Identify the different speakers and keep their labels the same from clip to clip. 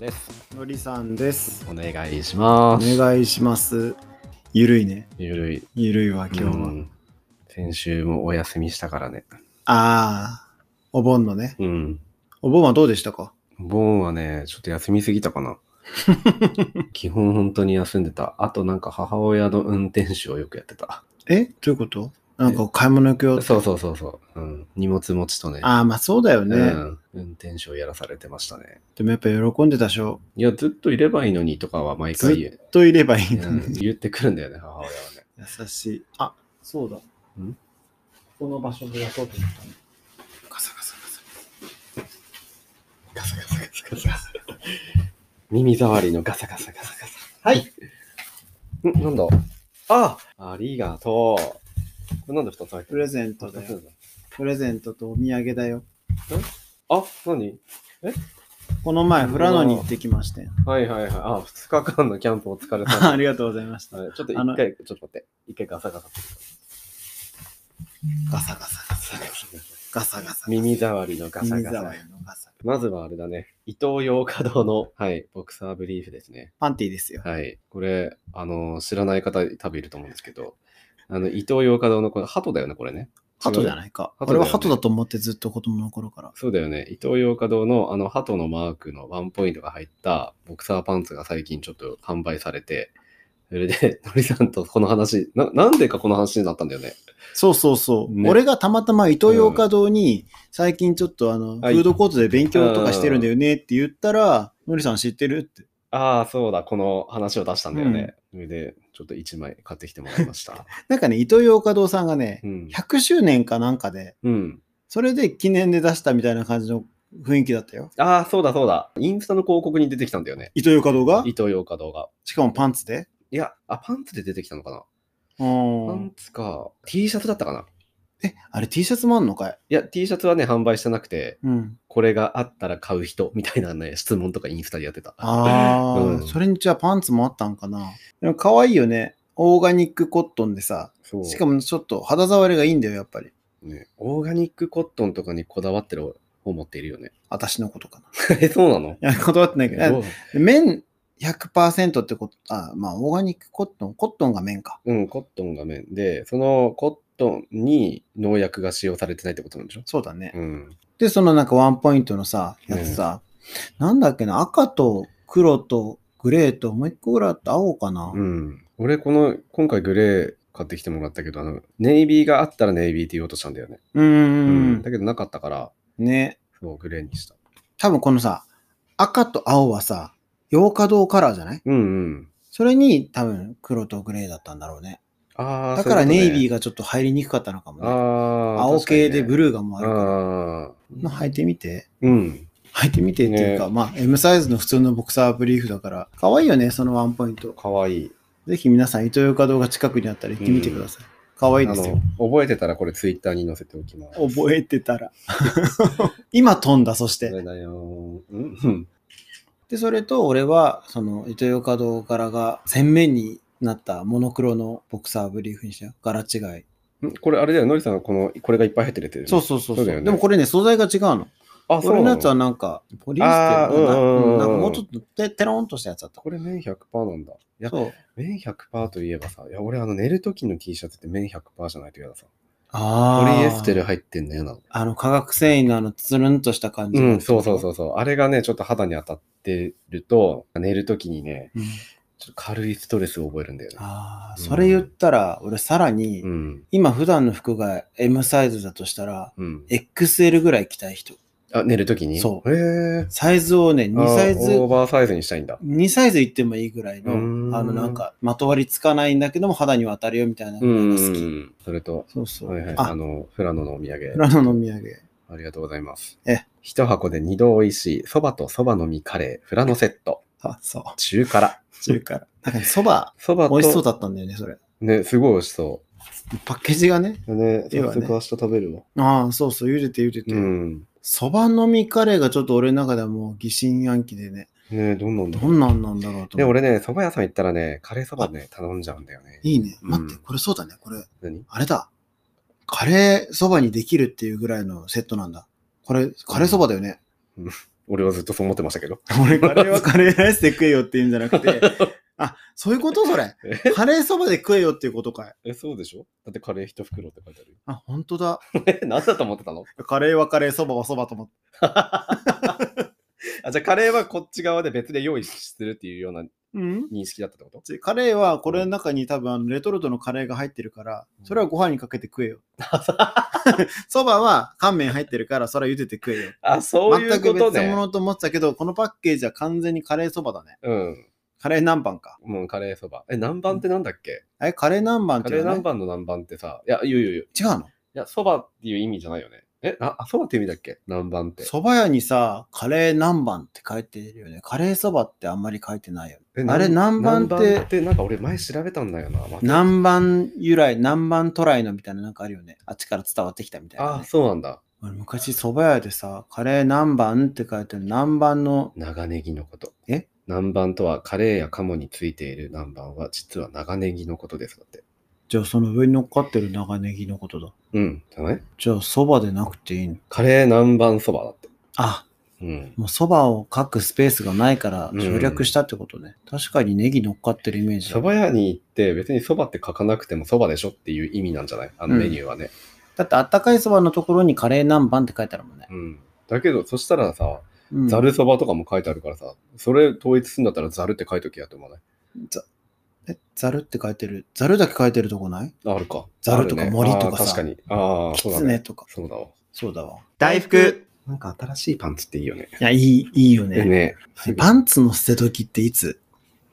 Speaker 1: です。
Speaker 2: のりさんです。
Speaker 1: お願いしま
Speaker 2: お
Speaker 1: す。
Speaker 2: 願いします。ゆるいね。
Speaker 1: ゆるい。
Speaker 2: ゆるいわ、今日は。
Speaker 1: うん先週もお休みしたからね。
Speaker 2: ああ、お盆のね。
Speaker 1: うん。
Speaker 2: お盆はどうでしたか
Speaker 1: ボーンはね、ちょっと休みすぎたか な。基本本当に休んでた。あとなんか母親の運転手をよくやってた。
Speaker 2: えどういうことなんか買い物行くよ。
Speaker 1: そうそうそうそう。うん、荷物持ちとね。
Speaker 2: ああ、まあそうだよね。
Speaker 1: うん。運転手をやらされてましたね。
Speaker 2: でもやっぱ喜んでたでしょ。
Speaker 1: いや、ずっといればいいのにとかは毎回言う
Speaker 2: といればいいの
Speaker 1: うん
Speaker 2: に。
Speaker 1: 言ってくるんだよね、母親はね。
Speaker 2: 優しい。あ、そうだ。
Speaker 1: ん
Speaker 2: この場所で出そうと思ったの。
Speaker 1: ガサガサガサ。ガサガサガサガサ。耳障りのガサガサガサガサ。
Speaker 2: はい。
Speaker 1: んなんだあありがとう。これなんで2つ入って
Speaker 2: プ
Speaker 1: る
Speaker 2: レゼントだよ。
Speaker 1: ん
Speaker 2: プレゼントとお土産だよ。
Speaker 1: あ、何
Speaker 2: この前、富良野に行ってきまして。
Speaker 1: はいはいはい。あ、2日間のキャンプお疲れ様。
Speaker 2: ありがとうございました。
Speaker 1: はいちょっと
Speaker 2: あ
Speaker 1: 一
Speaker 2: の
Speaker 1: 回、ちょっと待って。一回ガサガサ。
Speaker 2: ガサガサガサガサガサ。
Speaker 1: 耳障りのガサ
Speaker 2: 耳
Speaker 1: ガサ
Speaker 2: 障。りのガサ。
Speaker 1: まずはあれだね。伊東洋華堂の、はい、ボクサーブリーフですね。
Speaker 2: パンティーですよ。
Speaker 1: はい。これ、あの、知らない方多分いると思うんですけど、あの、伊東洋華堂の、これ、鳩だよね、これね。
Speaker 2: 鳩じ
Speaker 1: 違
Speaker 2: ゃ
Speaker 1: う
Speaker 2: ないか。
Speaker 1: 鳩だ
Speaker 2: 俺
Speaker 1: よね
Speaker 2: は鳩だと思ってずっと子供の頃から。
Speaker 1: そうだよね。伊東洋華堂の、あの、鳩のマークのワンポイントが入ったボクサーパンツが最近ちょっと販売されて、それで、 のりさんとこの話、ななんでかこの話になったんだよね。
Speaker 2: そうそうそう。
Speaker 1: ね
Speaker 2: 俺がたまたま伊東洋華堂に、最近ちょっとあの、フ
Speaker 1: はい
Speaker 2: ードコートで勉強とかしてるんだよねって言ったら、のりさん知ってるって。
Speaker 1: ああ、そうだ、この話を出したんだよね。それで、ちょっと1枚買ってきてもらいま した。
Speaker 2: なんかね、伊東洋華堂さんがね
Speaker 1: う、ん。
Speaker 2: 100周年かなんかで、
Speaker 1: うん。
Speaker 2: それで記念で出したみたいな感じの雰囲気だったよ。
Speaker 1: ああ、そうだ、そうだ。インスタの広告に出てきたんだよね。
Speaker 2: 伊東洋華堂が
Speaker 1: 伊東洋華堂が。
Speaker 2: しかもパンツで。
Speaker 1: いや、あ、パンツで出てきたのかな
Speaker 2: う
Speaker 1: パ
Speaker 2: ん
Speaker 1: ン。ツか。T シャツだったかな
Speaker 2: え、あれ T シャツもあんのかい
Speaker 1: いや、T シャツはね、販売してなくて、
Speaker 2: うん。
Speaker 1: これがあったら買う人みたいなね、 質問とかインスタでやってた。
Speaker 2: ああ、
Speaker 1: うん
Speaker 2: それにじゃあパンツもあったんかな。でも可愛いよね。オーガニックコットンでさ、
Speaker 1: そう
Speaker 2: しかもちょっと肌触りがいいんだよ、やっぱり。
Speaker 1: ね、オーガニックコットンとかにこだわってる方持っているよね。
Speaker 2: 私のことか
Speaker 1: え、そうなの
Speaker 2: な。いや、断ってないけ
Speaker 1: ど
Speaker 2: ど。
Speaker 1: う
Speaker 2: 綿100%ってこと、あ、まあ、オーガニックコットン、コットンが綿か。
Speaker 1: うん、コットンが面で、そのコットンに農薬が使用されてないってことなんでしょ
Speaker 2: そうだね。
Speaker 1: うん。
Speaker 2: で、そのなんかワンポイントのさ、やつさ、なんだっけな、赤と黒とグレーと、もう一個ぐらいあった青かな。
Speaker 1: うん。俺、この、今回グレー買ってきてもらったけど、あの、ネイビーがあったらネイビーって言おうとしたんだよね。
Speaker 2: う。
Speaker 1: うんだけどなかったから、
Speaker 2: ね。
Speaker 1: そう、グレーにした。
Speaker 2: 多分このさ、赤と青はさ、洋華堂カラーじゃない
Speaker 1: うんうん。
Speaker 2: それに多分黒とグレーだったんだろうね。
Speaker 1: ああ、
Speaker 2: だからネイビー
Speaker 1: が、
Speaker 2: がちょっと入りにくかったのかもね。
Speaker 1: ああ、
Speaker 2: 青系でブ
Speaker 1: ル
Speaker 2: ルーがもうあるから。
Speaker 1: あ
Speaker 2: ま
Speaker 1: あ。
Speaker 2: あ履いてみて。
Speaker 1: うん。
Speaker 2: 履いてみてっていうか、まあ M サイズの普通のボクサーブリーフだから、可愛いよね、そのワンポイント。
Speaker 1: かわいい。
Speaker 2: ぜひ皆さん、イトヨカドが近くにあったら行ってみてください。可愛いですよ。
Speaker 1: あの覚えてたらこれツイッターに載せておきます。
Speaker 2: 覚え てたら。今飛んだ、そし
Speaker 1: そ
Speaker 2: て。
Speaker 1: れだよ。うん。
Speaker 2: で、それと俺は、その、イトヨカド柄が鮮面になったモノクロのボクサーブリーフにしたよ柄違い。
Speaker 1: んこれあれだよ、のりさんがこの、これがいっぱい入ってるやつだよね。
Speaker 2: そうそうそ
Speaker 1: そ
Speaker 2: うそうう、
Speaker 1: だよね
Speaker 2: でもこれね、素材が違うの。
Speaker 1: あ、そう
Speaker 2: 俺の
Speaker 1: な
Speaker 2: やつは
Speaker 1: の
Speaker 2: なんか、ポリエステルのな
Speaker 1: あーうんうんうんうん
Speaker 2: うんなんかもうちょっとて、てろんとしたやつだった。
Speaker 1: これ綿100%なんだ。いや、
Speaker 2: そう。
Speaker 1: 綿100%といえばさ、いや、俺あの寝る時の T シャツって綿100%じゃないと嫌ださ。
Speaker 2: あ
Speaker 1: ポ
Speaker 2: ー
Speaker 1: リエステル。入ってんのよな。
Speaker 2: あの、化学繊維のあの、つるんとした感じ。
Speaker 1: うん、そうそう
Speaker 2: う。
Speaker 1: そうそう。あれがね、ちょっと肌に当たってると、寝る時にね、
Speaker 2: うん、
Speaker 1: ちょっと軽いストレスを覚えるんだよね。
Speaker 2: ああ、それ言ったら、俺さらに、
Speaker 1: うん。
Speaker 2: 今普段の服が M サイズだとしたら、
Speaker 1: うん。
Speaker 2: XL ぐらい着たい人。
Speaker 1: あ、寝るときに。
Speaker 2: そう
Speaker 1: へえ。
Speaker 2: サイズをね、2サイ
Speaker 1: あーオー
Speaker 2: ズ、
Speaker 1: バーサイズにしたいんだ。
Speaker 2: 2サイズいってもいいぐらいう
Speaker 1: ーん
Speaker 2: の、あの、なんか、まとわりつかないんだけども、肌には当たるよみたいなの
Speaker 1: う
Speaker 2: が好き。
Speaker 1: ん。それと、
Speaker 2: そうそう。
Speaker 1: はいはい、あ
Speaker 2: あ、
Speaker 1: の、富良野のお土産
Speaker 2: フ。ラノのお土産。
Speaker 1: ありがとうございます。
Speaker 2: え
Speaker 1: 一箱で二度美味しい、そばとそばの実カレー、富良野セット、
Speaker 2: あ、そう。
Speaker 1: 中辛。
Speaker 2: 中から。なんかね、そば、
Speaker 1: そばと、
Speaker 2: 美味しそうだったんだよね、それ。
Speaker 1: ね、すごい美味しそ
Speaker 2: パッケージがね。
Speaker 1: う。ね、
Speaker 2: で
Speaker 1: 早
Speaker 2: はね
Speaker 1: 速明日食べるわ。
Speaker 2: ああ、そうそう、茹でて茹で
Speaker 1: う
Speaker 2: て。
Speaker 1: ん。
Speaker 2: そば、のみカレーがちょっと俺の中ではもう疑心暗鬼でね、
Speaker 1: ね、どんどんだ
Speaker 2: どんなんなんだろうと
Speaker 1: で、
Speaker 2: 思
Speaker 1: 俺
Speaker 2: って。
Speaker 1: ね、蕎麦屋さん行ったらね、カレーそばね、頼んじゃうんだよね。
Speaker 2: いいね。
Speaker 1: うん
Speaker 2: 待って、これそうだね、これ。
Speaker 1: 何
Speaker 2: あれだ。カレーそばにできるっていうぐらいのセットなんだ。これ、カレーそばだよね
Speaker 1: うん。俺はずっとそう思ってましたけど。
Speaker 2: 俺、カレーはカレーライスで食えよって言うんじゃなく て、あ、そういうことそれ。カレーそばで食えよっていうことかい。
Speaker 1: え、そうでしょだってカレー一袋って書いてあるよ。
Speaker 2: あ、本当だ。
Speaker 1: え、何だと思ってたの
Speaker 2: カレーはカレー、そばはそばと思って。
Speaker 1: あじゃあカレーはこっち側で別で用意するっていうような
Speaker 2: うん
Speaker 1: 認識だったってこと
Speaker 2: ちカレーはこれの中に多分あのレトルトのカレーが入ってるから、それはご飯にかけて 食えよ。そばは乾麺入ってるから、それは茹でて食えよ。
Speaker 1: あ、そういうこ
Speaker 2: 全く
Speaker 1: と
Speaker 2: 別
Speaker 1: ね。
Speaker 2: 物と思ってたけど、このパッケージは完全にカレーそばだね。
Speaker 1: うん。
Speaker 2: カレー南蛮か。
Speaker 1: もうカレーそば。え、南蛮ってなんだっけ、
Speaker 2: え、カレー南蛮っ
Speaker 1: カ
Speaker 2: て
Speaker 1: レー
Speaker 2: いうのは
Speaker 1: 南
Speaker 2: ね、
Speaker 1: 蛮の南蛮ってさ、いや、いやいやいや、い
Speaker 2: 違うの
Speaker 1: や、そばっていう意味じゃないよね。え、あ、あそばって意味だっけ南蛮って。
Speaker 2: そば屋にさ、カレー南蛮って書いてるよね。カレーそばってあんまり書いてないよね。
Speaker 1: え
Speaker 2: あれ
Speaker 1: なん
Speaker 2: 南蛮って
Speaker 1: 南ってなんか俺前調べたんだよな。また
Speaker 2: 南蛮由来、南蛮トライのみたいななんかあるよね。あっちから伝わってきたみたいな、
Speaker 1: あ、
Speaker 2: ね。
Speaker 1: そうなんだ。
Speaker 2: 俺昔蕎麦屋でさ、カレー南蛮って書いてる南蛮の、
Speaker 1: 長ネギのこと。
Speaker 2: え
Speaker 1: 南蛮とはカレーや鴨についている南蛮は実は長ネギのことですだって。
Speaker 2: じゃあその上に乗っかってる長ネギのことだ。
Speaker 1: うん、じゃない
Speaker 2: じゃあ蕎麦でなくていいの
Speaker 1: カレー南蛮そばだって。
Speaker 2: あ、
Speaker 1: うん。
Speaker 2: もう蕎麦を書くスペースがないから
Speaker 1: うん
Speaker 2: 省略したってことね。確かにネギ乗っかってるイメージだ
Speaker 1: 蕎。麦屋に行って別にそばって書かなくてもそばでしょっていう意味なんじゃないあの
Speaker 2: うん
Speaker 1: メニューはね。
Speaker 2: だってあったかい蕎麦のところにカレー南蛮って書いてあるもんね。
Speaker 1: うん。だけど、そしたらさ、
Speaker 2: うん
Speaker 1: ざるそばとかも書いてあるからさ、それ統一するんだったらざるって書いときやと思わない
Speaker 2: え、ざるって書いてる。ざるだけ書いてるとこない
Speaker 1: ああるか。
Speaker 2: ざるとか
Speaker 1: あるね
Speaker 2: 森とかさ
Speaker 1: あー確かに。ああ、
Speaker 2: き
Speaker 1: そうだ
Speaker 2: つ
Speaker 1: ね。
Speaker 2: ねとか。
Speaker 1: そうだわ。
Speaker 2: そうだわ。
Speaker 1: 大福なんか新しいパンツっていいよね。
Speaker 2: いや、いい、いいよ
Speaker 1: ね
Speaker 2: ね。
Speaker 1: ね。
Speaker 2: パンツの捨て時っていつ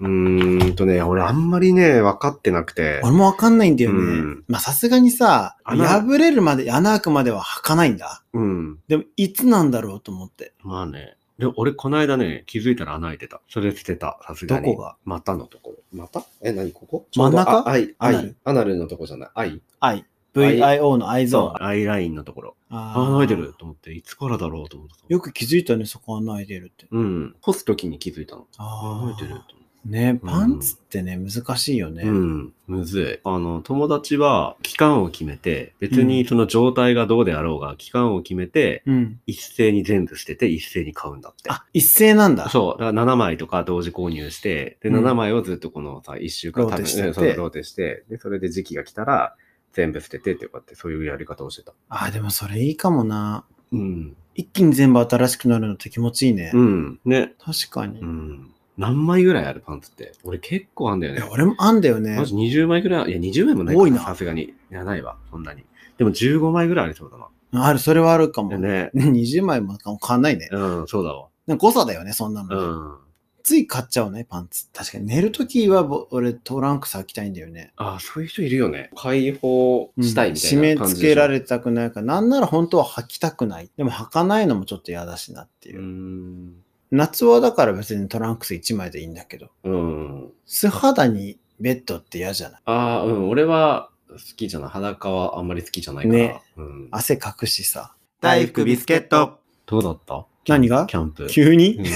Speaker 1: うーんとね、俺あんまりね、分かってなくて。
Speaker 2: 俺もわかんないんだよね。
Speaker 1: うん
Speaker 2: まあ、さすがにさ、
Speaker 1: 穴
Speaker 2: 破れるまで、穴開くまでは履かないんだ。
Speaker 1: うん。
Speaker 2: でも、いつなんだろうと思って。
Speaker 1: まあね。で、俺この間ね、気づいたら穴開いてた。それ捨てた、さすがに。
Speaker 2: どこが
Speaker 1: 股のところ。股え、何ここ
Speaker 2: 真ん中
Speaker 1: ちょうどあアイ、ア
Speaker 2: アナ
Speaker 1: イ
Speaker 2: ル、
Speaker 1: アナルのとこじゃない。アイ
Speaker 2: I。VIO の I ゾーン。
Speaker 1: アイラインのところ。
Speaker 2: あ
Speaker 1: 穴開いてる
Speaker 2: ー
Speaker 1: と思って、いつからだろうと思ってた。
Speaker 2: よく気づいたね、そこ穴開いてるって。
Speaker 1: うん。干すときに気づいたの。穴
Speaker 2: あ
Speaker 1: 開いてると
Speaker 2: あ
Speaker 1: 思って。
Speaker 2: ね、パンツってね、難しいよね。
Speaker 1: うん、むずい。あの、友達は期間を決めて、別にその状態がどうであろうが、期間を決めて、
Speaker 2: うん。
Speaker 1: 一斉に全部捨てて、一斉に買うんだって。
Speaker 2: あ、一斉なんだ。
Speaker 1: そう。だから7枚とか同時購入して、で、
Speaker 2: うん
Speaker 1: 7枚をずっとこのさ、1週間
Speaker 2: ローテしてて
Speaker 1: うんそうローテして、で、それで時期が来たら、全部捨ててって、こうやって、そういうやり方をしてた。
Speaker 2: あー、でもそれいいかもな。
Speaker 1: うん。
Speaker 2: 一気に全部新しくなるのって気持ちいいね。
Speaker 1: うん。ね。
Speaker 2: 確かに。
Speaker 1: うん。何枚ぐらいあるパンツって。俺結構あんだよ
Speaker 2: い
Speaker 1: ね
Speaker 2: や。俺もあんだよね
Speaker 1: マ。ジ20枚ぐらい、いや、20枚もないか
Speaker 2: 多いな
Speaker 1: さすがに。いや、ないわ、そんなに。でも15枚ぐらいありそうだな。
Speaker 2: ある、それはあるかも。
Speaker 1: でね。
Speaker 2: 20枚も変わんないね。
Speaker 1: うん、そうだわ。
Speaker 2: なんか誤差だよね、そんなのね、
Speaker 1: うん。
Speaker 2: つい買っちゃうね、パンツ。確かに寝るときはぼ俺トランクス履きたいんだよね。
Speaker 1: あそういう人いるよね。解放したいみたい
Speaker 2: うん
Speaker 1: な
Speaker 2: 締
Speaker 1: 感
Speaker 2: め
Speaker 1: じ
Speaker 2: 付けら
Speaker 1: る
Speaker 2: れたくないから、なんなら本当は履きたくない。でも履かないのもちょっと嫌だしなっていうう。
Speaker 1: ん。
Speaker 2: 夏はだから別にトランクス1枚でいいんだけど、
Speaker 1: うん。
Speaker 2: 素肌にベッドって嫌じゃない
Speaker 1: ああ、うん。俺は好きじゃない。裸はあんまり好きじゃないから。
Speaker 2: ね
Speaker 1: うん、
Speaker 2: 汗かくしさ。
Speaker 1: 大福ビスケット。どうだった
Speaker 2: 何が
Speaker 1: キャンプ。
Speaker 2: 急に、
Speaker 1: うん
Speaker 2: い
Speaker 1: キ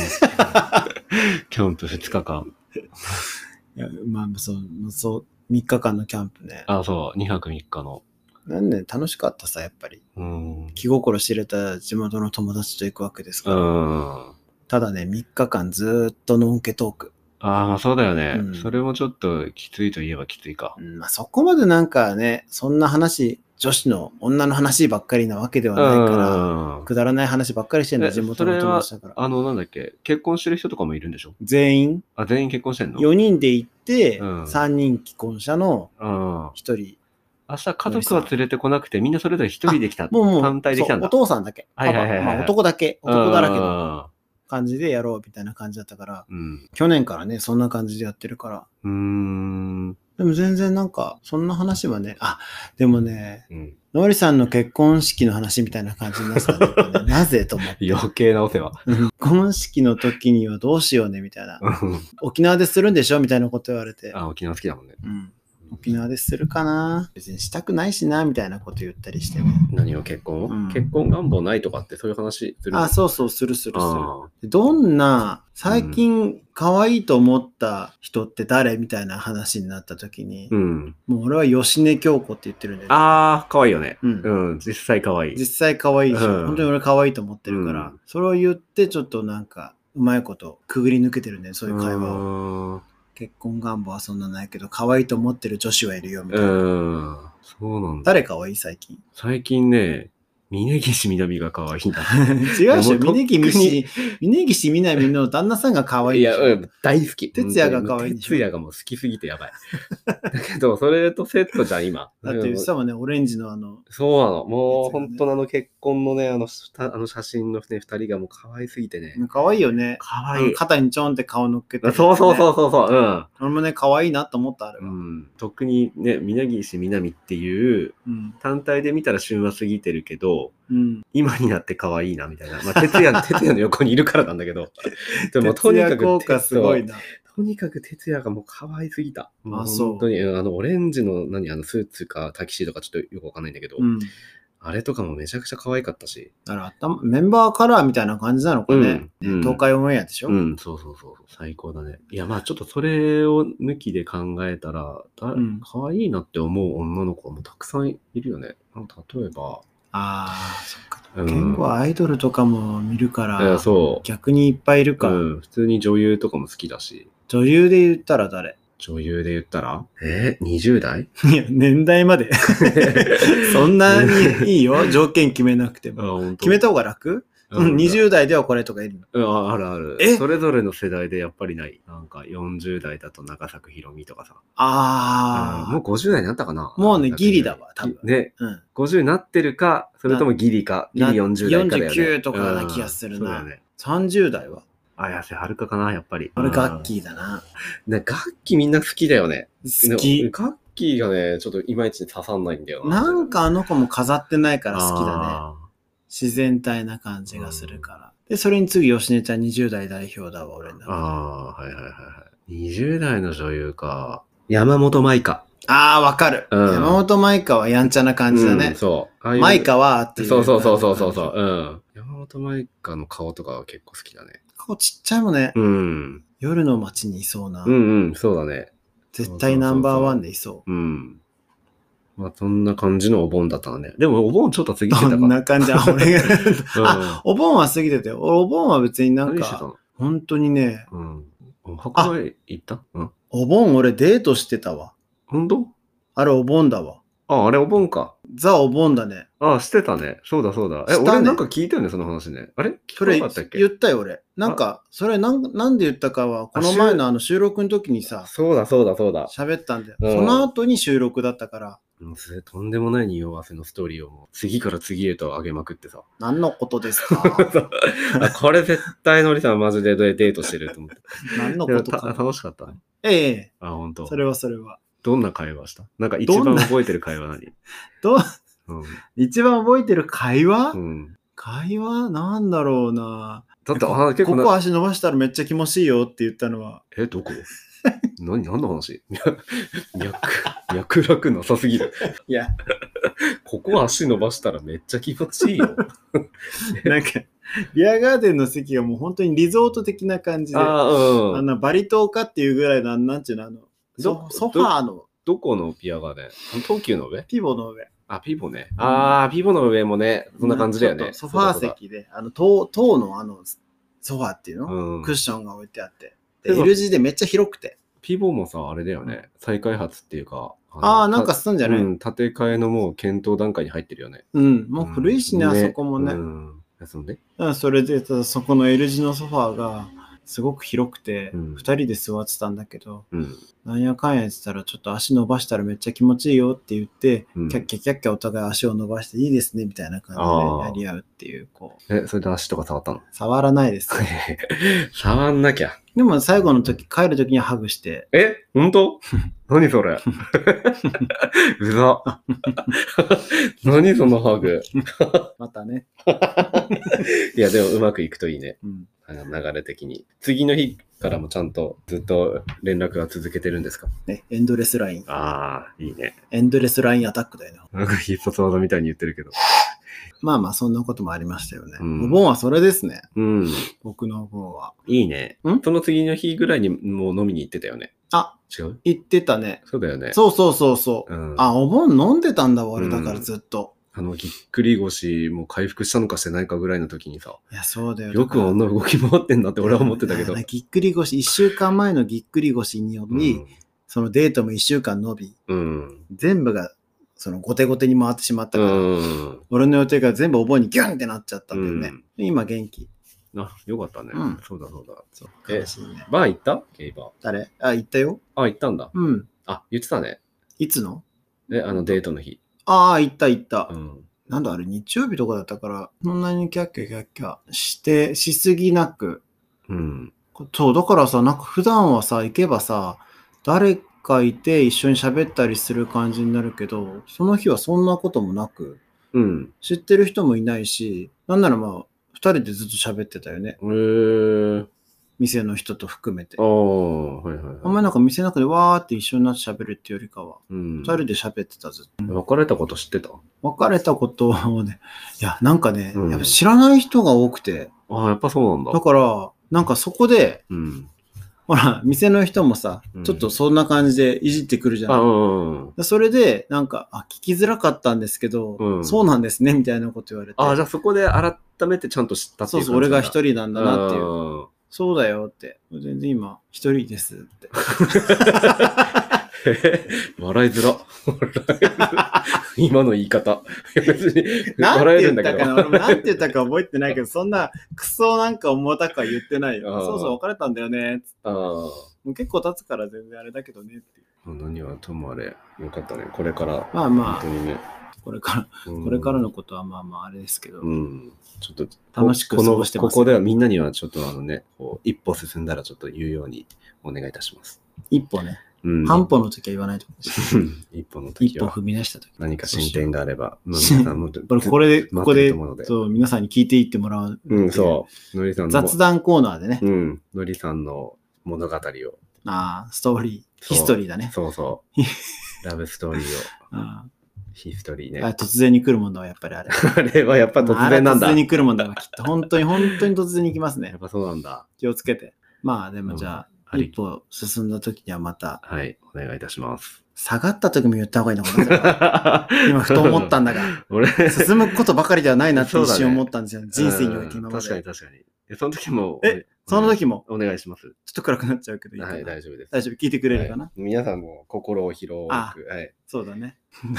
Speaker 1: ャンプ2日間。
Speaker 2: やまあそう、そう、3日間のキャンプね。
Speaker 1: あそう。2泊3日の。
Speaker 2: なんで楽しかったさ、やっぱり。
Speaker 1: うん。
Speaker 2: 気心知れた地元の友達と行くわけです
Speaker 1: う
Speaker 2: から、
Speaker 1: ん。
Speaker 2: ただね3日間ずーっとのんけトーク、
Speaker 1: ああ、まあそうだよね、
Speaker 2: うん
Speaker 1: それもちょっときついといえばきついか
Speaker 2: う。んまあ、そこまでなんかねそんな話女子の女の話ばっかりなわけではないから、
Speaker 1: うん。
Speaker 2: くだらない話ばっかりしてるの
Speaker 1: え
Speaker 2: は地元の友達だから
Speaker 1: あの、なんだっけ、結婚してる人とかもいるんでしょ
Speaker 2: 全員
Speaker 1: あ、全員結婚してんの
Speaker 2: 4人で行って、
Speaker 1: うん
Speaker 2: 3人既婚者の
Speaker 1: うん。
Speaker 2: 1人
Speaker 1: 朝家族は連れてこなくて、みんなそれぞれ一人で来た。
Speaker 2: もうもう
Speaker 1: 単体で来たんだ。
Speaker 2: そうお父さんだけ、
Speaker 1: はいはいはいはい
Speaker 2: パパまあ、男だけ男だらけの
Speaker 1: の。
Speaker 2: 感じでやろうみたいな感じだったから
Speaker 1: うん。
Speaker 2: 去年からねそんな感じでやってるから
Speaker 1: うーん。
Speaker 2: でも全然なんか、そんな話はね、あ、でもね、
Speaker 1: うん
Speaker 2: のりさんの結婚式の話みたいな感じになってたんだけど ね、なぜと思って。
Speaker 1: 余計なお世話。
Speaker 2: 結 婚式の時にはどうしようね、みたいな。沖縄でするんでしょみたいなこと言われて。
Speaker 1: あ、沖縄好きだもんね。
Speaker 2: うん。沖縄でするかな別にしたくないしなみたいなこと言ったりしても
Speaker 1: 何を結婚を、
Speaker 2: うん
Speaker 1: 結婚願望ないとかってそういう話する
Speaker 2: あそうそうするするする
Speaker 1: あ
Speaker 2: でどんな最近可愛いと思った人って誰みたいな話になった時に、
Speaker 1: ーうん。
Speaker 2: もう俺は芳根京子って言ってるんだよね、
Speaker 1: ああ、かわいいよね。
Speaker 2: うん
Speaker 1: うん、実際かわいい。
Speaker 2: 実際可愛いでしょ、
Speaker 1: うん
Speaker 2: 本当に俺可愛いと思ってるから、
Speaker 1: う
Speaker 2: それを言ってちょっとなんかうまいことくぐり抜けてるねそういう会話を
Speaker 1: を。
Speaker 2: 結婚願望はそんなないけど可愛いと思ってる女子はいるよみたいな、
Speaker 1: うん。そうなんだ。
Speaker 2: 誰可愛い最近
Speaker 1: 最近ね、峯岸みなみがかわいいな。
Speaker 2: 違うでし
Speaker 1: い
Speaker 2: ょ
Speaker 1: やもう
Speaker 2: 峯岸
Speaker 1: とっくに
Speaker 2: み峯岸みなみの旦那さんが可愛 い
Speaker 1: い
Speaker 2: でし
Speaker 1: や、
Speaker 2: ょ
Speaker 1: うん大好き。
Speaker 2: 哲也が可愛いんでしょ
Speaker 1: 哲也がもう好きすぎてやばい。だけど、それとセットじゃん、今。
Speaker 2: だって言ってたもんねオレンジのあの
Speaker 1: そうなの。もう、
Speaker 2: やつがね
Speaker 1: 本当にあの結婚のね、あの、したあの写真のね、二人がもう可愛すぎてね。
Speaker 2: 可愛いよね
Speaker 1: 可
Speaker 2: あの肩にちょんって顔乗っけて、
Speaker 1: そうそうそううそうそう。
Speaker 2: 俺もね可愛いなと思ったあれ
Speaker 1: う
Speaker 2: は、
Speaker 1: ん。うん。特にね、峯岸みなみっていう、
Speaker 2: うん
Speaker 1: 単体で見たら旬は過ぎてるけど、
Speaker 2: うん、
Speaker 1: 今になって可愛いな、みたいな。まあ、哲 也、哲也の横にいるからなんだけど。でも、とにかく、
Speaker 2: 徹夜効果すごいな
Speaker 1: とにかく哲也がもう可愛すぎた。も
Speaker 2: そう
Speaker 1: 本当に、うんあの、オレンジの何、あの、スーツかタキシードかちょっとよくわかんないんだけど、
Speaker 2: うん
Speaker 1: あれとかもめちゃくちゃ可愛かったし。
Speaker 2: だから頭メンバーカラーみたいな感じなのかね。
Speaker 1: うんうん
Speaker 2: ね東海オンエアでしょ、
Speaker 1: うん、そうそうそうそう。最高だね。いや、まあちょっとそれを抜きで考えたら、だ
Speaker 2: うん
Speaker 1: 可愛いなって思う女の子もたくさんいるよね。なんか例えば、
Speaker 2: ああ、そっか。
Speaker 1: うん
Speaker 2: 結構アイドルとかも見るか
Speaker 1: い
Speaker 2: ら、
Speaker 1: やそう。
Speaker 2: 逆にいっぱいいるか、
Speaker 1: うん、普通に女優とかも好きだし、
Speaker 2: 女優で言ったら誰
Speaker 1: 女優で言ったら、えー、20代
Speaker 2: いや、年 代まで。そんなにいいよ。条件決めなくて
Speaker 1: あ
Speaker 2: も。
Speaker 1: 本当
Speaker 2: 決めた方が楽、うん、20代ではこれとかいるの。
Speaker 1: うんああるある。
Speaker 2: え
Speaker 1: それぞれの世代でやっぱりない。なんか40代だと中作ひろみとかさ。うんも
Speaker 2: あ
Speaker 1: う50代になったかな
Speaker 2: もうねギリだわ多分
Speaker 1: ね、
Speaker 2: あ、うん。
Speaker 1: 50になってるか、それともギリか、ギリ
Speaker 2: な
Speaker 1: 40代かだよね。
Speaker 2: 49とかな気がするな
Speaker 1: うんそうだよね。
Speaker 2: 30代は
Speaker 1: 綾瀬はるかかな、やっぱり。
Speaker 2: 俺、ガッキーだな。
Speaker 1: うん。ね、ガッキーみんな好きだよね。
Speaker 2: 好き。
Speaker 1: ガッキーがね、ちょっといまいち刺さんないんだよ
Speaker 2: なんかあの子も飾ってないから好きだね。
Speaker 1: あ
Speaker 2: 自然体な感じがするから。で、それに次、吉根ちゃん20代代表だわ、俺
Speaker 1: ー
Speaker 2: の中で。
Speaker 1: あー、はいはいはいはい。20代の女優か。山本舞香。
Speaker 2: ああ、わかる。
Speaker 1: うん
Speaker 2: 山本舞香はやんちゃな感じだね
Speaker 1: うん。そう。ああいう
Speaker 2: 舞香はっていう。
Speaker 1: そうそうそうそうそうそう。うん。山本舞香の顔とかは結構好きだね。
Speaker 2: 顔ちっちゃいもんね。
Speaker 1: うん。
Speaker 2: 夜の街にいそうな。
Speaker 1: うんうん、そうだね。
Speaker 2: 絶対ナンバーワンでいそう。
Speaker 1: うん。まあ、そんな感じのお盆だったのね。でも、お盆ちょっと過ぎてたか
Speaker 2: ど
Speaker 1: ら。
Speaker 2: んな感 じあ、俺が。
Speaker 1: あ、
Speaker 2: お盆は過ぎてて、俺お盆は別にな
Speaker 1: うんん、何してた
Speaker 2: か、
Speaker 1: の
Speaker 2: 本当にね、
Speaker 1: うん。箱根行ったうん。
Speaker 2: お盆俺デートしてたわ。
Speaker 1: 本当
Speaker 2: あれお盆だわ。
Speaker 1: あ、あれお盆か。
Speaker 2: ザお盆だね。
Speaker 1: あ、してたね。そうだそうだ。え、
Speaker 2: したね
Speaker 1: 俺なんか聞いたよね、その話ね。あれ聞
Speaker 2: そ
Speaker 1: かな
Speaker 2: れ
Speaker 1: かったっけ
Speaker 2: 言ったよ俺。なんか、それなんなんで言ったかは、この前のあの収録の時にさ、
Speaker 1: そうだそうだそうだ。
Speaker 2: 喋ったんだよ。
Speaker 1: うん
Speaker 2: その後に収録だったから、
Speaker 1: うんすとんでもない匂わせのストーリーをもう次から次へと上げまくってさ。
Speaker 2: 何のことです か
Speaker 1: そう あこれ絶対のりさんマジでデートしてると 思って。
Speaker 2: 何の
Speaker 1: で
Speaker 2: こ
Speaker 1: も
Speaker 2: と
Speaker 1: た
Speaker 2: かな
Speaker 1: 楽しかった。
Speaker 2: ええ、
Speaker 1: あ、本当。
Speaker 2: それはそれは。
Speaker 1: どんな会話したなんか一
Speaker 2: どん
Speaker 1: 番
Speaker 2: な
Speaker 1: 覚えてる会 話何
Speaker 2: と、
Speaker 1: うん
Speaker 2: 一番覚えてる会話、
Speaker 1: うん。
Speaker 2: 会話なんだろうな。
Speaker 1: だって、あ、結
Speaker 2: こ
Speaker 1: 構
Speaker 2: こ
Speaker 1: な、
Speaker 2: 足伸ばしたらめっちゃ気持ちいいよって言ったのは、
Speaker 1: え、どこ 何、何の話 脈、脈絡なさすぎる。
Speaker 2: いや、
Speaker 1: ここ足伸ばしたらめっちゃ気持ちいいよ。
Speaker 2: なんか、ビアガーデンの席がもう本当にリゾート的な感じ で、あ
Speaker 1: あーうん。
Speaker 2: のバリ島かっていうぐらいの、なんちゅうの、あの、ソ
Speaker 1: ど
Speaker 2: ソファーの
Speaker 1: どこのピアがね、あの東急の上
Speaker 2: ピボの上。
Speaker 1: あ、ピボね。あー、ピボの上もね、そんな感じだよ
Speaker 2: ちょっ
Speaker 1: ね。
Speaker 2: とソファー席で、あの、塔塔のあの、ソファーっていうの、
Speaker 1: うん
Speaker 2: クッションが置いてあって。で、
Speaker 1: でも
Speaker 2: L 字でめっちゃ広くて。
Speaker 1: ピボもさ、あれだよね。再開発っていうか。の
Speaker 2: ああ、なんかすんじゃない、う、
Speaker 1: うんん、建て替えのもう検討段階に入ってるよね。
Speaker 2: もう古いしね、
Speaker 1: うん
Speaker 2: あそこもね。
Speaker 1: うん。そんで
Speaker 2: うんそれで、ただそこの L 字のソファーが、すごく広くて、
Speaker 1: う
Speaker 2: 二
Speaker 1: ん
Speaker 2: 人で座ってたんだけど、
Speaker 1: うん。
Speaker 2: なんやかんや言ってたら、ちょっと足伸ばしたらめっちゃ気持ちいいよって言って、
Speaker 1: うん
Speaker 2: キャッキャッキャッキャお互い足を伸ばしていいですね、みたいな感
Speaker 1: ああ
Speaker 2: じでやり合うっていう、こう、
Speaker 1: え、それで足とか触ったの
Speaker 2: 触らないです。
Speaker 1: 触んなきゃ。
Speaker 2: でも最後の時、帰る時にハグして、
Speaker 1: え本当 何それうざ。 何そのハグ。
Speaker 2: またね、
Speaker 1: いや、でもうまくいくといいね。
Speaker 2: うん
Speaker 1: 流れ的に。次の日からもちゃんとずっと連絡は続けてるんですか
Speaker 2: ね、エンドレスライン。
Speaker 1: ああ、いいね。
Speaker 2: エンドレスラインアタックだよね。
Speaker 1: なんか必殺技みたいに言ってるけど。
Speaker 2: まあまあ、そんなこともありましたよね。
Speaker 1: うん
Speaker 2: お盆はそれですね。
Speaker 1: うん。
Speaker 2: 僕のお盆は。
Speaker 1: いいね
Speaker 2: ん。
Speaker 1: その次の日ぐらいにもう飲みに行ってたよね。
Speaker 2: あ、
Speaker 1: 違う
Speaker 2: 行ってたね。
Speaker 1: そうだよね。
Speaker 2: そうそうそうそう。
Speaker 1: うん、あ
Speaker 2: あ、お盆飲んでたんだ、俺。
Speaker 1: うん
Speaker 2: だからずっと。
Speaker 1: のぎっくり腰もう回復したのかしてないかぐらいの時にさ
Speaker 2: いや、そうだよ。
Speaker 1: よくあんな動き回ってんなって俺は思ってたけど
Speaker 2: あのぎっくり腰、1週間前のぎっくり腰により、そのデートも1週間伸び、
Speaker 1: うん
Speaker 2: 全部がその後手後手に回ってしまった
Speaker 1: う
Speaker 2: から、
Speaker 1: ん
Speaker 2: 俺の予定が全部お盆にギュンってなっちゃったんだよね。今元気。
Speaker 1: あよかったね、
Speaker 2: うん
Speaker 1: そうだそうだそうえ
Speaker 2: 悲しいね。
Speaker 1: バー行ったゲイバー
Speaker 2: 誰あ、行ったよ。
Speaker 1: あ行ったんだ
Speaker 2: うん。
Speaker 1: あ言ってたね
Speaker 2: いつの
Speaker 1: えあのデートの日
Speaker 2: ああ、行った行った。
Speaker 1: うん
Speaker 2: なんだあれ、日曜日とかだったから、そんなにキャッキャキャッキャして、しすぎなく。
Speaker 1: うん
Speaker 2: そう、だからさ、なんか普段はさ、行けばさ、誰かいて一緒に喋ったりする感じになるけど、その日はそんなこともなく、
Speaker 1: うん
Speaker 2: 知ってる人もいないし、なんならまあ、二人でずっと喋ってたよね。
Speaker 1: えー、
Speaker 2: 店の人と含めて
Speaker 1: あ。あはいはいはい
Speaker 2: あんまりなんか店の中でわーって一緒になって喋るっていうよりかは、
Speaker 1: うん
Speaker 2: 二人で喋ってたずっと。
Speaker 1: 別れたこと知ってた
Speaker 2: 別れたことをね、いや、なんかね、
Speaker 1: うん
Speaker 2: やっぱ知らない人が多くて、
Speaker 1: ああやっぱそうなんだ
Speaker 2: だから、なんかそこで、
Speaker 1: うん
Speaker 2: ほら、店の人もさ
Speaker 1: うん、
Speaker 2: ちょっとそんな感じでいじってくるじゃない
Speaker 1: あうん
Speaker 2: でそれで、なんか、あ、聞きづらかったんですけど、
Speaker 1: うん
Speaker 2: そうなんですね、みたいなこと言われて。
Speaker 1: ああじゃあそこで改めてちゃんと知ったって
Speaker 2: そ
Speaker 1: いうう感じ
Speaker 2: そう、俺が
Speaker 1: 人
Speaker 2: 一人なんだなっていう。
Speaker 1: う。
Speaker 2: そうだよって。全然今、一人ですって。
Speaker 1: 笑いづら。今の言い方。別に
Speaker 2: なん
Speaker 1: 笑
Speaker 2: て
Speaker 1: える
Speaker 2: 言
Speaker 1: んだ
Speaker 2: っ
Speaker 1: けど。
Speaker 2: たかな、俺もなんて言ったか覚えてないけど、そんな、クソなんか重たくは言ってな
Speaker 1: あ
Speaker 2: いよ。
Speaker 1: ー
Speaker 2: そうそう、別れたんだよね。つって
Speaker 1: あー
Speaker 2: もう結構経つから全然あれだけどねっていう。
Speaker 1: 何はともあれ、よかったね。これから、
Speaker 2: まあま
Speaker 1: 本当にね。
Speaker 2: あ、これから、
Speaker 1: うん
Speaker 2: これからのことはまあまああれですけど、
Speaker 1: うん。ちょっと
Speaker 2: 楽しく過ごして
Speaker 1: こ
Speaker 2: ま
Speaker 1: の
Speaker 2: す。
Speaker 1: ここではみんなにはちょっとあのね、こう一歩進んだらちょっと言うようにお願いいたします。
Speaker 2: 一歩ね、
Speaker 1: うん。
Speaker 2: 半歩の時は言わないと思うし。
Speaker 1: 一歩の時
Speaker 2: 一歩
Speaker 1: は
Speaker 2: 踏み出した時。
Speaker 1: 何か進展があれば、まあ
Speaker 2: そうしよう
Speaker 1: 皆さんもっと
Speaker 2: これ、これで、こ
Speaker 1: 待っ
Speaker 2: こ
Speaker 1: てる
Speaker 2: で
Speaker 1: と、思うので。
Speaker 2: そう、皆さんに聞いていってもらう。
Speaker 1: うん、そう。のりさんの
Speaker 2: 雑談コーナーでね、
Speaker 1: うん、のりさんの物語を。
Speaker 2: あーストーリー、
Speaker 1: そう
Speaker 2: ヒストリーだね。
Speaker 1: そう そう。ラブストーリーを、
Speaker 2: あ
Speaker 1: ヒストリー
Speaker 2: ーあ
Speaker 1: ね。
Speaker 2: 突然に来るものはやっぱり あれ。
Speaker 1: あれはやっぱ突然なんだ。
Speaker 2: あれ突然
Speaker 1: や
Speaker 2: に来るものはきっと、本当に本当に突然に来ますね
Speaker 1: っ。ぱそうなんだ。
Speaker 2: 気をつけて。まあでもじゃあ、
Speaker 1: うん
Speaker 2: 一歩進んだ時にはまた、
Speaker 1: はい、お願いいたします。
Speaker 2: 下がった時も言った方がいいのかなそれは 今、ふと思ったんだが、
Speaker 1: 俺、
Speaker 2: 進むことばかりではないなって
Speaker 1: そう
Speaker 2: 一
Speaker 1: だね
Speaker 2: 瞬思ったんですよ。人生において今ま
Speaker 1: うん確かに
Speaker 2: で。
Speaker 1: 確かに。えその時も、
Speaker 2: えその時も、
Speaker 1: お願いします。
Speaker 2: ちょっと暗くなっちゃうけどいいかな
Speaker 1: はい、大丈夫です。
Speaker 2: 大丈夫、聞いてくれるかな
Speaker 1: はい皆さんも心を広く。はい。
Speaker 2: そうだね。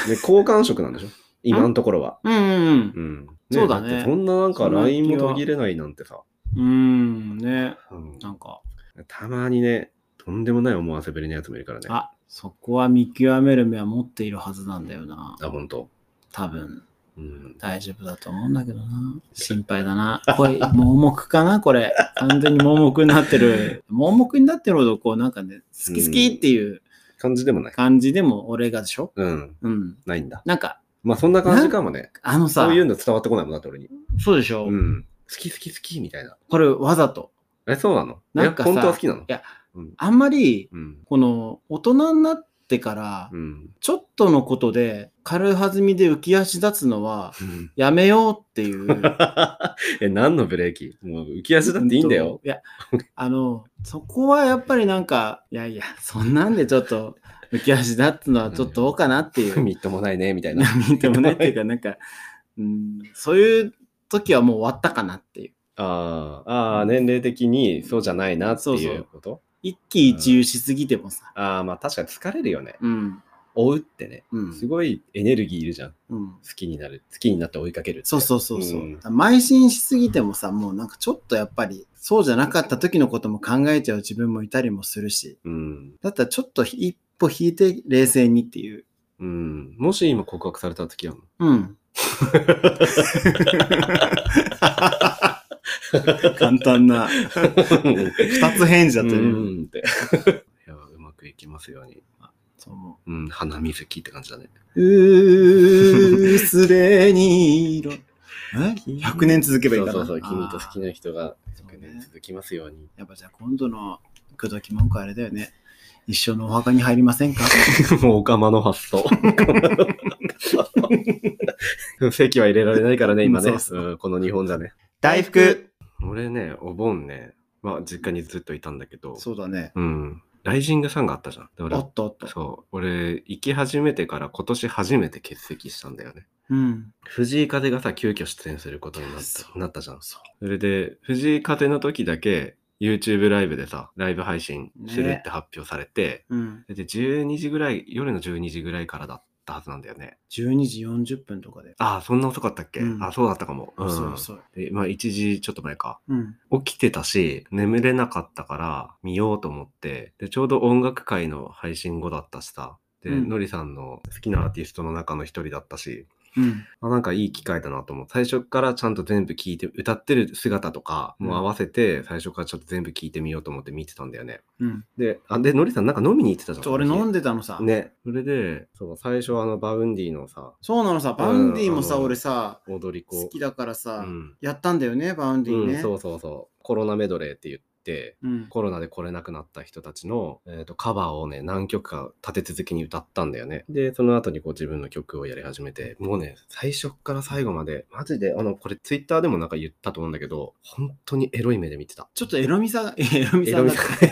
Speaker 1: で、好感触なんでし ょ今のところは。
Speaker 2: うんうん
Speaker 1: うん。
Speaker 2: そうだね
Speaker 1: ってそんななんか
Speaker 2: そんな気は
Speaker 1: LINE も途切れないなんてさ。
Speaker 2: うん。うん、ね。
Speaker 1: うん
Speaker 2: なんか、
Speaker 1: たまにね、とんでもない思わせぶりのやつもいるからね。
Speaker 2: あ、そこは見極める目は持っているはずなんだよな。
Speaker 1: あ、本当。
Speaker 2: 多分、
Speaker 1: うん。
Speaker 2: 大丈夫だと思うんだけどな。心配だな。これ、盲目かなこれ。完全に盲目になってる。盲目になってるほど、こう、なんかね、好き好きっていう
Speaker 1: 感じでもない。
Speaker 2: 感じでも俺がでしょ
Speaker 1: うん。
Speaker 2: うん。
Speaker 1: ないんだ。
Speaker 2: なんか、
Speaker 1: まあそんな感じかもね。
Speaker 2: あのさ、
Speaker 1: そ
Speaker 2: そう
Speaker 1: いうの伝わってこないもんだって俺に。
Speaker 2: うでしょ、
Speaker 1: うん。好き好き好きみたいな。
Speaker 2: これ、わざと。
Speaker 1: え、そうなの
Speaker 2: なんか
Speaker 1: い
Speaker 2: さ
Speaker 1: や本当は好きなの
Speaker 2: いや、
Speaker 1: うん。
Speaker 2: あんまり、
Speaker 1: うん。
Speaker 2: この、大人になってから
Speaker 1: う、ん。
Speaker 2: ちょっとのことで、軽はずみで浮き足立つのは、
Speaker 1: うん、
Speaker 2: やめようっていう。
Speaker 1: え、何のブレーキもう浮き足だっていいんだよ。。
Speaker 2: いや、あの、そこはやっぱりなんか、いやいや、そんなんでちょっと、浮き足だってのはちょっとどうかなってい う。
Speaker 1: みっともないね、みたい な。
Speaker 2: 何でもねっていうか、なんか、うん、そういう時はもう終わったかなっていう。
Speaker 1: あーあー、年齢的にそうじゃないなっていうこと
Speaker 2: 一喜一憂しすぎてもさ。
Speaker 1: ああ、まあ確かに疲れるよね。
Speaker 2: うん。
Speaker 1: 追うってね。
Speaker 2: うん。
Speaker 1: すごいエネルギーいるじゃん。
Speaker 2: うん、
Speaker 1: 好きになる。好きになって追いかけるって。
Speaker 2: そうそうそうそう。
Speaker 1: うん
Speaker 2: 邁進しすぎてもさ、もうなんかちょっとやっぱり、そうじゃなかった時のことも考えちゃう自分もいたりもするし、
Speaker 1: うん。
Speaker 2: だったらちょっと一歩引いて冷静にっていう。
Speaker 1: うん。もし今告白された時は
Speaker 2: うん。簡単な二つ返事だという、
Speaker 1: うん って。いや、うまくいきますように。
Speaker 2: そう思
Speaker 1: うん、花水木って感じだね。
Speaker 2: ううーすでに色え ?100 年続けばいいかな。
Speaker 1: そうそうそう、君と好
Speaker 2: あー
Speaker 1: きな人が
Speaker 2: そう
Speaker 1: 100
Speaker 2: ね
Speaker 1: 年続きますように。
Speaker 2: やっぱじゃあ今度の口説き文句あれだよね。一生のお墓に入りませんか
Speaker 1: もう、おかまの発 想。席は入れられないからね、今ね。
Speaker 2: そうそう
Speaker 1: うんこの日本じゃね。
Speaker 2: 大福
Speaker 1: 俺ね、お盆ね、まあ、実家にずっといたんだけど、
Speaker 2: そうだね。
Speaker 1: うん。ライジングさんがあったじゃん。で俺
Speaker 2: あったあった。
Speaker 1: そう。俺、行き始めてから今年初めて欠席したんだよね。
Speaker 2: うん。
Speaker 1: 藤井風がさ、急遽出演することになっ
Speaker 2: そ
Speaker 1: たなったじゃん。それで、藤井風の時だけ、YouTube ライブでさ、ライブ配信するって発表されて、
Speaker 2: うん。
Speaker 1: で、12時ぐらい、夜の12時ぐらいからだったはずなんだよね。
Speaker 2: 12時40分とかで。
Speaker 1: ああ、そんな遅かったっけ、
Speaker 2: うん
Speaker 1: あそうだったかも。うん。
Speaker 2: そうそう。
Speaker 1: で、まあ、1時ちょっと前か。
Speaker 2: うん。
Speaker 1: 起きてたし、眠れなかったから見ようと思って、で、ちょうど音楽会の配信後だったしさ、で、
Speaker 2: うん
Speaker 1: のりさんの好きなアーティストの中の一人だったし、
Speaker 2: うん。
Speaker 1: あなんかいい機会だなと思う。最初からちゃんと全部聞いて、歌ってる姿とかも合わせて、最初からちょっと全部聞いてみようと思って見てたんだよね。
Speaker 2: うん。
Speaker 1: で、あで、のりさんなんか飲みに行ってたじゃ
Speaker 2: ち
Speaker 1: ん。
Speaker 2: ょ俺飲ん
Speaker 1: で
Speaker 2: でたのさ。
Speaker 1: ね。それで、そう、最初あの、バウンディのさ、
Speaker 2: そうなのさ。バウンディもさ、
Speaker 1: うん
Speaker 2: 俺さ、
Speaker 1: 踊り子。
Speaker 2: 好きだから
Speaker 1: う
Speaker 2: さ、
Speaker 1: ん。
Speaker 2: やったんだよね、バウンディ
Speaker 1: う
Speaker 2: ね。
Speaker 1: ん、そうそうそう。コロナメドレーって言って、
Speaker 2: うん。
Speaker 1: コロナで来れなくなった人たちの、えー、とカバーをね何曲か立て続けに歌ったんだよねでその後にこう自分の曲をやり始めてもうね最初から最後までマジであのこれツイッターでもなんか言ったと思うんだけど本当にエロい目で見てた
Speaker 2: ちょっとエロミさん、 エロミ
Speaker 1: エ
Speaker 2: さ
Speaker 1: ロ
Speaker 2: ん
Speaker 1: み
Speaker 2: だっ
Speaker 1: さ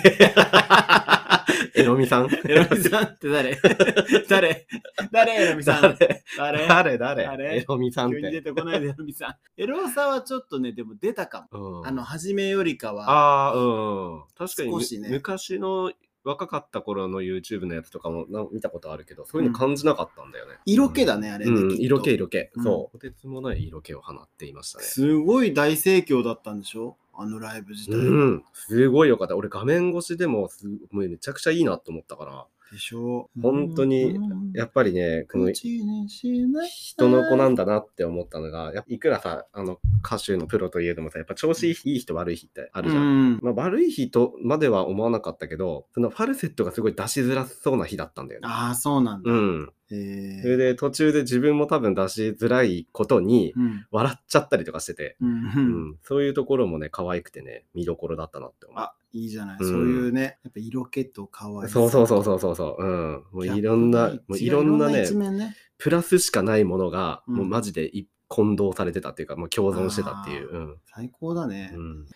Speaker 2: た。
Speaker 1: んエロみさん
Speaker 2: エロミさんって誰 誰誰エロミさん
Speaker 1: 誰
Speaker 2: 誰
Speaker 1: 誰
Speaker 2: 誰
Speaker 1: 誰エロみさんっ
Speaker 2: 急に出
Speaker 1: て、
Speaker 2: てこないで、エロミさん。エロさはちょっとね、でも出たかも。
Speaker 1: うん
Speaker 2: あの、初めよりかは、
Speaker 1: ああうん確かにむ
Speaker 2: 少しね
Speaker 1: 昔の若かった頃の YouTube のやつとかもな見たことあるけどそういうの感じなかったんだよね、
Speaker 2: 色気だね、あれね、
Speaker 1: う
Speaker 2: きっ
Speaker 1: ん、
Speaker 2: と
Speaker 1: 色気色気、
Speaker 2: うん
Speaker 1: そうとてつもない色気を放っていましたね
Speaker 2: すごい大盛況だったんでしょあのライブ自体。
Speaker 1: うんすごいよかった俺画面越しでもすもうめちゃくちゃいいなと思ったから
Speaker 2: でしょ
Speaker 1: 本当にやっぱりねこの
Speaker 2: 口にしない
Speaker 1: 人の子なんだなって思ったのがやっぱいくらさあの歌手のプロといえどもさやっぱ調子いい人悪い日ってあるじゃん、
Speaker 2: うん
Speaker 1: まあ、悪い日とまでは思わなかったけどそのファルセットがすごい出しづらそうな日だったんだよね
Speaker 2: ああ、そうなんだ。
Speaker 1: うん、
Speaker 2: えー
Speaker 1: それで途中で自分も多分出しづらいことに
Speaker 2: うん
Speaker 1: 笑っちゃったりとかしてて、
Speaker 2: うんう
Speaker 1: うんん、そういうところもね、可愛くてね、見どころだったなって思う。
Speaker 2: あ、いいじゃない。
Speaker 1: うん
Speaker 2: そういうね、やっぱ色気と可愛い。
Speaker 1: そうそうそうそうそうそう。うん。もういろんな、
Speaker 2: ギャップ
Speaker 1: もう
Speaker 2: が
Speaker 1: いろんな
Speaker 2: 違う
Speaker 1: ね
Speaker 2: 一、面ね。
Speaker 1: プラスしかないものが、
Speaker 2: うん
Speaker 1: もうマジで一混同されてたっていうか、もう共存してたっていう。うん。
Speaker 2: 最高だね。
Speaker 1: うん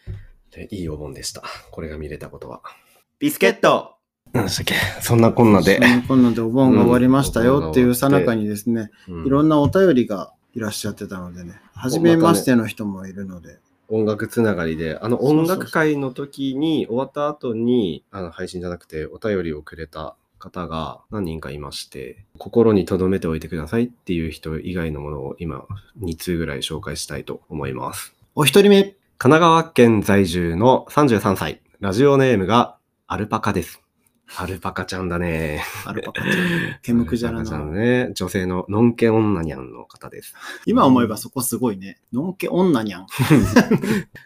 Speaker 1: でいいお盆でした。これが見れたことは。
Speaker 2: ビスケット
Speaker 1: なんでしたっけそんなこんなで
Speaker 2: そ。んなこんなんでお盆が終わりました
Speaker 1: うん
Speaker 2: よっていうさなかにですね、いろ
Speaker 1: なん
Speaker 2: なお便りがいらっしゃってたのでね、初めましての人もいるので、
Speaker 1: 音楽つながりで、あの
Speaker 2: そうそうそう
Speaker 1: 音楽会の時に終わった後に、あの配信じゃなくてお便りをくれた方が何人かいまして、心に留めておいてくださいっていう人以外のものを今2通ぐらい紹介したいと思います。
Speaker 2: お一人目、
Speaker 1: 神奈川県在住の33歳、ラジオネームがアルパカです。アルパカちゃんだ ね。
Speaker 2: アルパカちゃん、ケムクジャラ
Speaker 1: アルパカちゃん
Speaker 2: の。
Speaker 1: ね。女性ののんけ女にゃんの方です。
Speaker 2: 今思えばそこすごいね。のんけ女にゃん。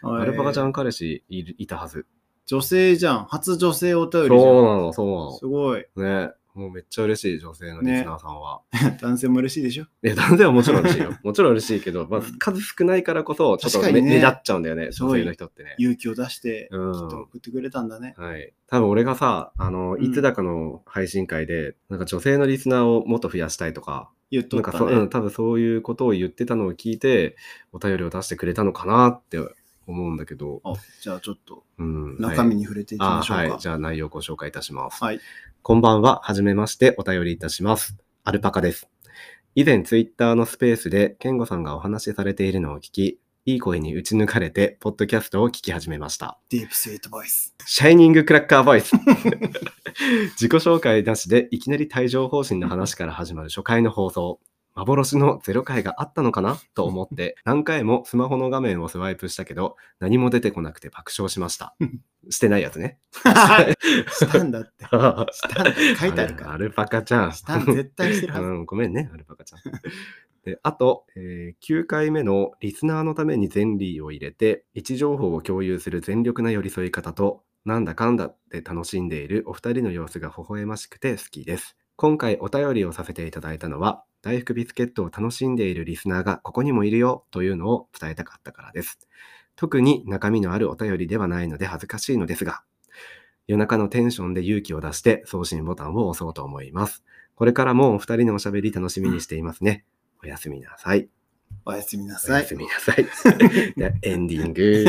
Speaker 1: アルパカちゃ
Speaker 2: ん。
Speaker 1: ん彼氏いるいたはず。
Speaker 2: 女性じゃん。初女性お便りじゃ。
Speaker 1: そうんなの、そうなの
Speaker 2: す。ごい。
Speaker 1: ねもうめっちゃ嬉しい、女性のリスナーさんは。
Speaker 2: 男性も嬉しいでしょ
Speaker 1: いや、男性はもちろん嬉しいよ。もちろん 嬉しいけど、まあ
Speaker 2: うん、
Speaker 1: 数少ないからこそ、ちょっと
Speaker 2: 確か
Speaker 1: 目,、
Speaker 2: にね
Speaker 1: 目立っちゃうんだよね、
Speaker 2: すご
Speaker 1: 女
Speaker 2: い
Speaker 1: 性の人ってね。
Speaker 2: 勇気を出して、きっ
Speaker 1: うん
Speaker 2: と送ってくれたんだね。
Speaker 1: はい。多分俺がさ、あの、
Speaker 2: ん
Speaker 1: いつだかの配信会で、なんか女性のリスナーをもっと増やしたいとか、
Speaker 2: 言っと
Speaker 1: な
Speaker 2: っ
Speaker 1: んか
Speaker 2: た
Speaker 1: そう、うん、
Speaker 2: ね。
Speaker 1: 多分そういうことを言ってたのを聞いて、お便りを出してくれたのかなって思うんだけど、
Speaker 2: あじゃあちょっと
Speaker 1: うん。
Speaker 2: 中身
Speaker 1: に
Speaker 2: に触れていき
Speaker 1: あ
Speaker 2: ましょう
Speaker 1: は
Speaker 2: か。
Speaker 1: い。じゃあ内容をご紹介いたします。
Speaker 2: はい。
Speaker 1: こんばんは。はじめまして。お便りいたします。アルパカです。以前、ツイッターのスペースで、ケンゴさんがお話しされているのを聞き、いい声に打ち抜かれて、ポッドキャストを聞き始めました。
Speaker 2: ディープスイートボイス。
Speaker 1: シャイニングクラッカーボイ ス。自己紹介なしで、いきなり帯状方針の話から始まる初回の放送。幻のゼロ回があったのかなと思 って、何回もスマホの画面をスワイプしたけど、何も出てこなくて爆笑しま した。してないやつね。
Speaker 2: したんだって。したんだって書いてあるか
Speaker 1: ア
Speaker 2: ら。
Speaker 1: ルパカちゃん。
Speaker 2: したん絶対してるはず。
Speaker 1: うん、ごめんね、アルパカちゃん。であと、えー9回目のリスナーのためにゼンリーを入れて、位置情報を共有する全力な寄り添い方と、なんだかんだで楽しんでいるお二人の様子が微笑ましくて好きです。今回お便りをさせていただいたのは、大福ビスケットを楽しんでいるリスナーがここにもいるよというのを伝えたかったからです。特に中身のあるお便りではないので恥ずかしいのですが、夜中のテンションで勇気を出して送信ボタンを押そうと思います。これからもお二人のおしゃべり楽しみにしていますね。おやすみなさい。
Speaker 2: おやすみな
Speaker 1: お
Speaker 2: さ
Speaker 1: や
Speaker 2: い
Speaker 1: す。みなさい。 でエンディング。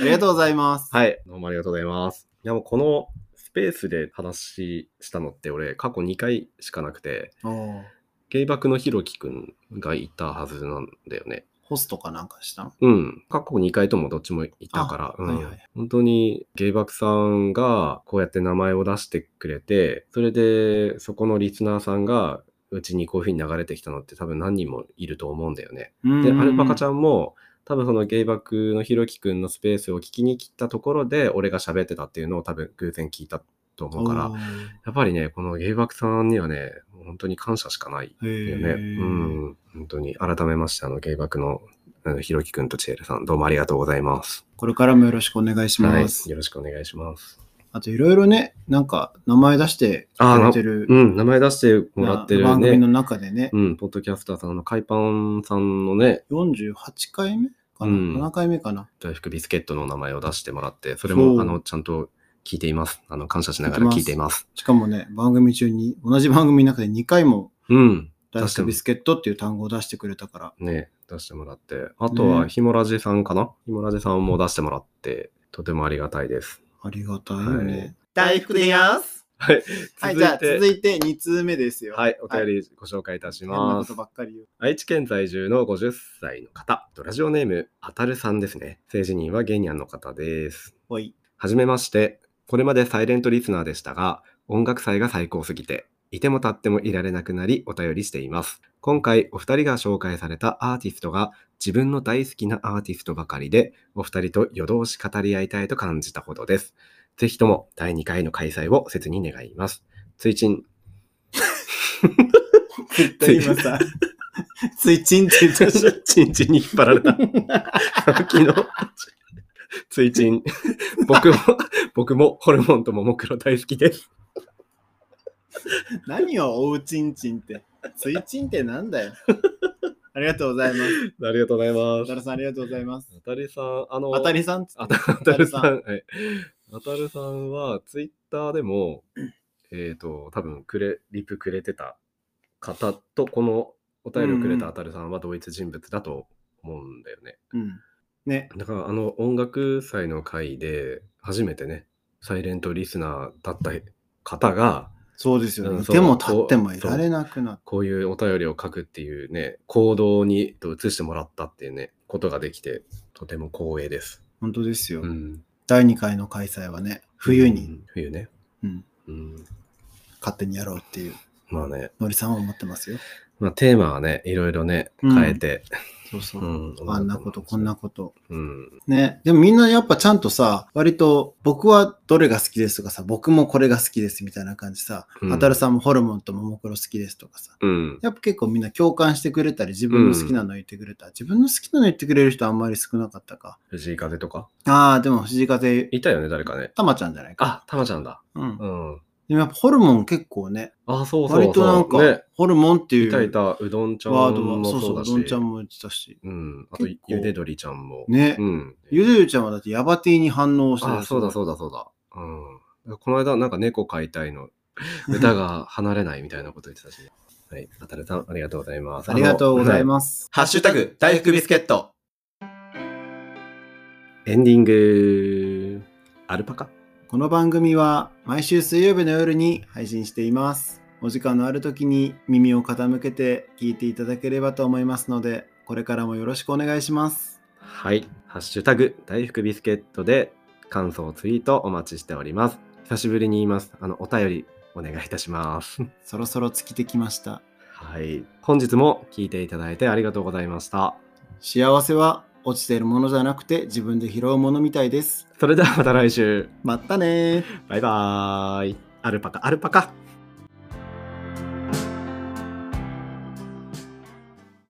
Speaker 2: ありがとうございます。
Speaker 1: はい、どうもありがとうございます。いや、もうこのスペースで話したのって、俺、過去2回しかなくて、
Speaker 2: おー
Speaker 1: 芸爆のひろきくんがいたはずなんだよね。
Speaker 2: ホストかなんかしたの
Speaker 1: うん。過去2回ともどっちもいたから、
Speaker 2: あ
Speaker 1: うん
Speaker 2: はいはい
Speaker 1: 本当に芸爆さんがこうやって名前を出してくれて、それでそこのリスナーさんが、うちにこういう風に流れてきたのって多分何人もいると思うんだよね。で、アルパカち
Speaker 2: ん。
Speaker 1: ゃんも、多分そのゲイバクのひろきくんのスペースを聞きに来たところで、俺が喋ってたっていうのを多分偶然聞いたと思うから
Speaker 2: お、ー。
Speaker 1: やっぱりね、このゲイバクさんにはね、本当に感謝しかない
Speaker 2: へ
Speaker 1: よ
Speaker 2: ー
Speaker 1: ね。うん。本当に、改めまして、あの、ゲイバクのあのひろきくんとちえるさん、どうもありがとうございます。
Speaker 2: これからもよろしくお願いし
Speaker 1: はい。
Speaker 2: ます。
Speaker 1: よろしくお願いします。
Speaker 2: あといろいろね、なんか名前出してくれてる、
Speaker 1: うん、名前出してもらって
Speaker 2: な
Speaker 1: る
Speaker 2: 番組の
Speaker 1: ね。
Speaker 2: 中でね、
Speaker 1: うん、ポッドキャスターさんの海パンさんのね、
Speaker 2: 48回目かな、
Speaker 1: うん
Speaker 2: 7回目かな。
Speaker 1: 大福ビスケットの名前を出してもらって、それ
Speaker 2: そう
Speaker 1: もあのちゃんと聞いています。あの感謝しながら聞いています。
Speaker 2: しかもね、番組中に、同じ番組の中で2回も、
Speaker 1: うん。
Speaker 2: ライスビスケットっていう単語を出してくれたから、
Speaker 1: ね、出してもらって。あとは
Speaker 2: ね
Speaker 1: ヒモラジさんかな、ヒモラジさんも出してもらって、とてもありがたいです。
Speaker 2: ありがたいよね。
Speaker 1: はい
Speaker 2: 大福でやすはい、じゃあ続
Speaker 1: いて。
Speaker 2: いて2通目ですよ。
Speaker 1: はい、お便りご紹介いたし
Speaker 2: 変な
Speaker 1: ま
Speaker 2: こ
Speaker 1: す
Speaker 2: と。ばっかり言う。
Speaker 1: 愛知県在住の50歳の方、ラジオネーム、あたるさんですね。政治人はゲニャンの方です。
Speaker 2: おい。
Speaker 1: はじめまして。これまでサイレントリスナーでしたが、音楽祭が最高すぎて、いても立ってもいられなくなりお便りしています。今回お二人が紹介されたアーティストが自分の大好きなアーティストばかりで、お二人と夜通し語り合いたいと感じたほどです。ぜひとも第2回の開催を切に願います。追伸。
Speaker 2: 絶対今 さ、ついちんって言っちゃった。
Speaker 1: チンチンに引っ張られ た。昨日。追伸。僕も、僕もホルモンとももクロ大好きです。
Speaker 2: 何をおうちんちんって。ついちんってなんだよ。ありがとうございます。
Speaker 1: ありがとうございま
Speaker 2: 小
Speaker 1: す
Speaker 2: 田。さんありがとうございます。
Speaker 1: あたりさん、あの、
Speaker 2: あたりさんっつって
Speaker 1: あたあたるさ
Speaker 2: あた
Speaker 1: ん、はいあたるさんは、ツイッターでも、えっ、と、多分くれ、リプくれてた方と、このお便りをくれ
Speaker 2: うんうん
Speaker 1: たあたるさんは同一人物だと思うんだよね。
Speaker 2: うん。ね。
Speaker 1: だから、あの、音楽祭の回で、初めてね、サイレントリスナーだった方が、
Speaker 2: そうですよ
Speaker 1: う
Speaker 2: ね。
Speaker 1: ん
Speaker 2: い
Speaker 1: そう
Speaker 2: ても立ってもいられなくなっ
Speaker 1: こういうお便りを書くっていうね、行動にと移してもらったっていうね、ことができて、とても光栄です。
Speaker 2: 本当ですよ。
Speaker 1: うん。
Speaker 2: 第2回の開催はね、冬
Speaker 1: う
Speaker 2: に
Speaker 1: ん。冬ね。
Speaker 2: うん
Speaker 1: うん。
Speaker 2: 勝手にやろうっていう、
Speaker 1: まあね、
Speaker 2: のりさんは思ってますよ。
Speaker 1: まあ、テーマはね、いろいろね、
Speaker 2: うん
Speaker 1: 変えて、
Speaker 2: そうそうう。
Speaker 1: ん
Speaker 2: あんなこと、こんな、こと。
Speaker 1: うん、
Speaker 2: ね。でもみんなやっぱちゃんとさ、割と僕はどれが好きですとかさ、僕もこれが好きですみたいな感じさ、
Speaker 1: うん
Speaker 2: あたるさんもホルモンとももクロ好きですとかさ、
Speaker 1: うん、
Speaker 2: やっぱ結構みんな共感してくれたり、自分の好きなの言ってくれた。自分の好きなの言ってくれる人あんまり少なかったか。
Speaker 1: 藤井風とか、
Speaker 2: ああ、でも藤井風、
Speaker 1: いたよね、誰かね。
Speaker 2: たまちゃんじゃないか。
Speaker 1: あ、たまちゃんだ。
Speaker 2: うん
Speaker 1: う。ん。
Speaker 2: でもやっぱホルモン結構ね、
Speaker 1: あ、そうそうそう。
Speaker 2: 割となん
Speaker 1: ね
Speaker 2: か、、ホルモンってい
Speaker 1: いたいうた、うどんちゃん
Speaker 2: ワード
Speaker 1: も
Speaker 2: は、そう
Speaker 1: そ
Speaker 2: そうう、
Speaker 1: だ
Speaker 2: う
Speaker 1: し、
Speaker 2: どんちゃんも言ってたし。
Speaker 1: うん、あと、
Speaker 2: 結
Speaker 1: ゆ
Speaker 2: 構
Speaker 1: で鶏ちゃんも。
Speaker 2: ね
Speaker 1: うん。
Speaker 2: ゆでゆちゃんはだってヤバティに反応してる
Speaker 1: あ、そうだ、そうだ、そうだ。うん。この間、なんか猫飼いたい の、歌が離れないみたいなこと言ってたし、ね。はい、あたるさん、ありがとうございます。
Speaker 2: ありがとうござい
Speaker 1: す。
Speaker 2: ます。
Speaker 3: ハッシュタグ、大福ビスケット。
Speaker 1: エンディング、アルパカ
Speaker 2: この番組は毎週水曜日の夜に配信しています。お時間のある時に耳を傾けて聞いていただければと思いますので、これからもよろしくお願いします。
Speaker 1: はい。ハッシュタグ、大福ビスケットで感想ツイートお待ちしております。久しぶりに言います。あの、お便りお願いいたします。
Speaker 2: そろそろ尽きてきました。
Speaker 1: はい。本日も聞いていただいてありがとうございました。
Speaker 2: 幸せは落ちているものじゃなくて自分で拾うものみたいです。
Speaker 1: それではまた来週。
Speaker 2: まったねー。
Speaker 1: バイバーイ。アルパカ、アルパカ。